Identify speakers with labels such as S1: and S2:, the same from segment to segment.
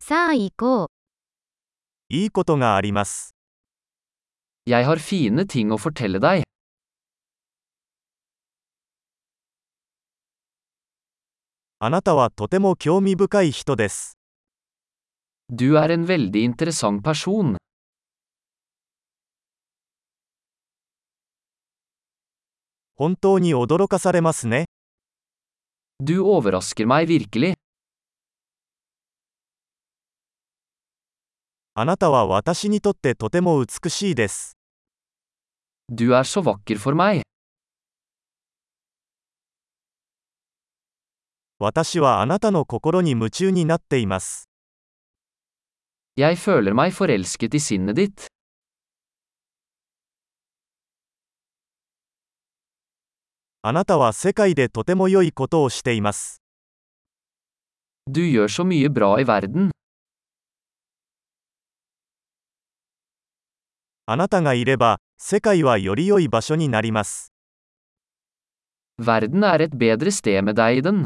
S1: さあ行こう。
S2: いいことがあります。
S3: Jeg har fine ting å fortelle deg.
S2: あなたはとても興味深い人です。
S3: Du er en veldig interessant person.
S2: 本当に驚かされますね。
S3: Du overrasker meg virkelig.
S2: あなたは私にとってとても美しいです。
S3: Du er så vakker for meg.
S2: 私はあなたの心に夢中になっています。
S3: Jeg føler meg forelsket i sinnet ditt.
S2: あなたは世界でとても良いことをしています。
S3: Du gjør så mye bra i verden.
S2: あなたがいれば、世界はより良い場所になります。
S3: Verden er et bedre sted med deg i den.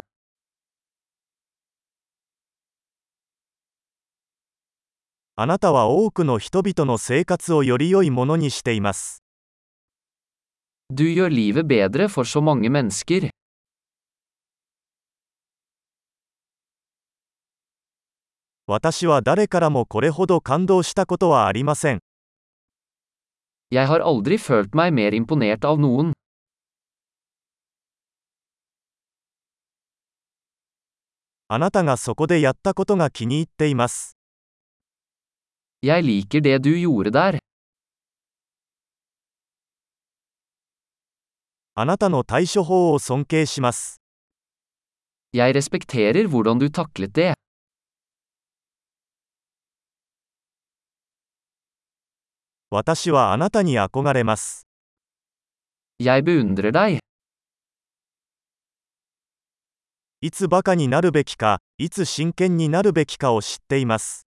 S2: あなたは多くの人々の生活をより良いものにしています。
S3: Du gjør livet bedre for så mange mennesker.
S2: 私は誰からもこれほど感動したことはありません。
S3: Jeg har aldri følt meg mer imponert av noen.
S2: あなたがそこでやったことが気に入っています。
S3: Jeg liker det du gjorde der.
S2: あなたの対処法を尊敬します。
S3: Jeg respekterer hvordan du taklet det.
S2: 私はあなたに憧れます。
S3: Jeg beundrer deg.
S2: いつバカになるべきか、いつ真剣になるべきかを知っています。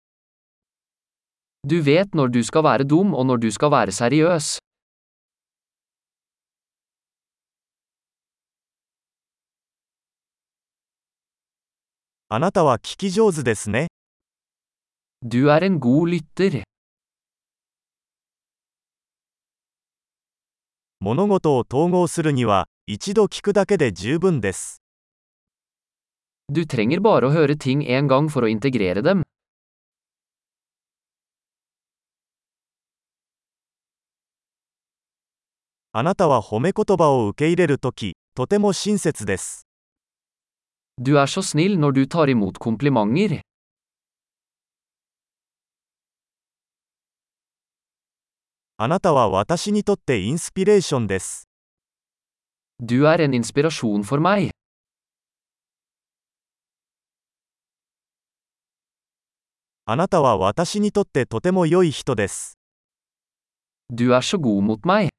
S3: Du vet når du skal være dum og når du skal være seriøs.
S2: あなたは聞き上手ですね。
S3: Du er en god lytter.
S2: 物事を統合するには、一度聞くだけで十分です。
S3: Du trenger bare å høre ting en gang for å integrere dem.
S2: あなたは褒め言葉を受け入れるとき、とても親切です。
S3: Du er så snill når du tar imot komplimenter.
S2: あなたは私にとってインスピレーションです。
S3: Du er en inspirasjon for meg.
S2: あなたは私にとってとても良い人です。
S3: Du er så god mot meg.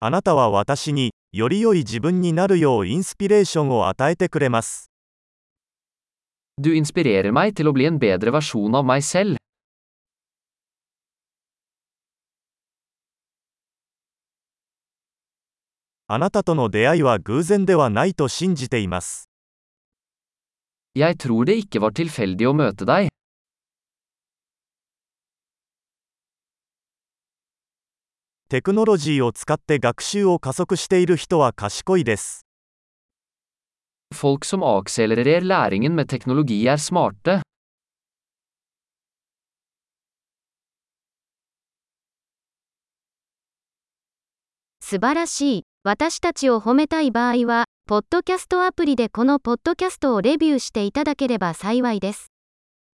S2: あなたは私に、より良い自分になるようインスピレーションを与えてくれます。
S3: Du inspirerer meg til å bli en bedre versjon av meg selv.
S2: あなたとの出会いは偶然ではないと信じています。
S3: Jeg tror det ikke var tilfeldig å møte deg.
S2: テクノロジーを使って学習を加速している人は賢いです。
S3: Folk som akselererer læringen med teknologi er smarte.
S1: 素晴らしい。私たちを褒めたい場合は、ポッドキャストアプリでこのポッドキャストをレビューしていただければ幸いです。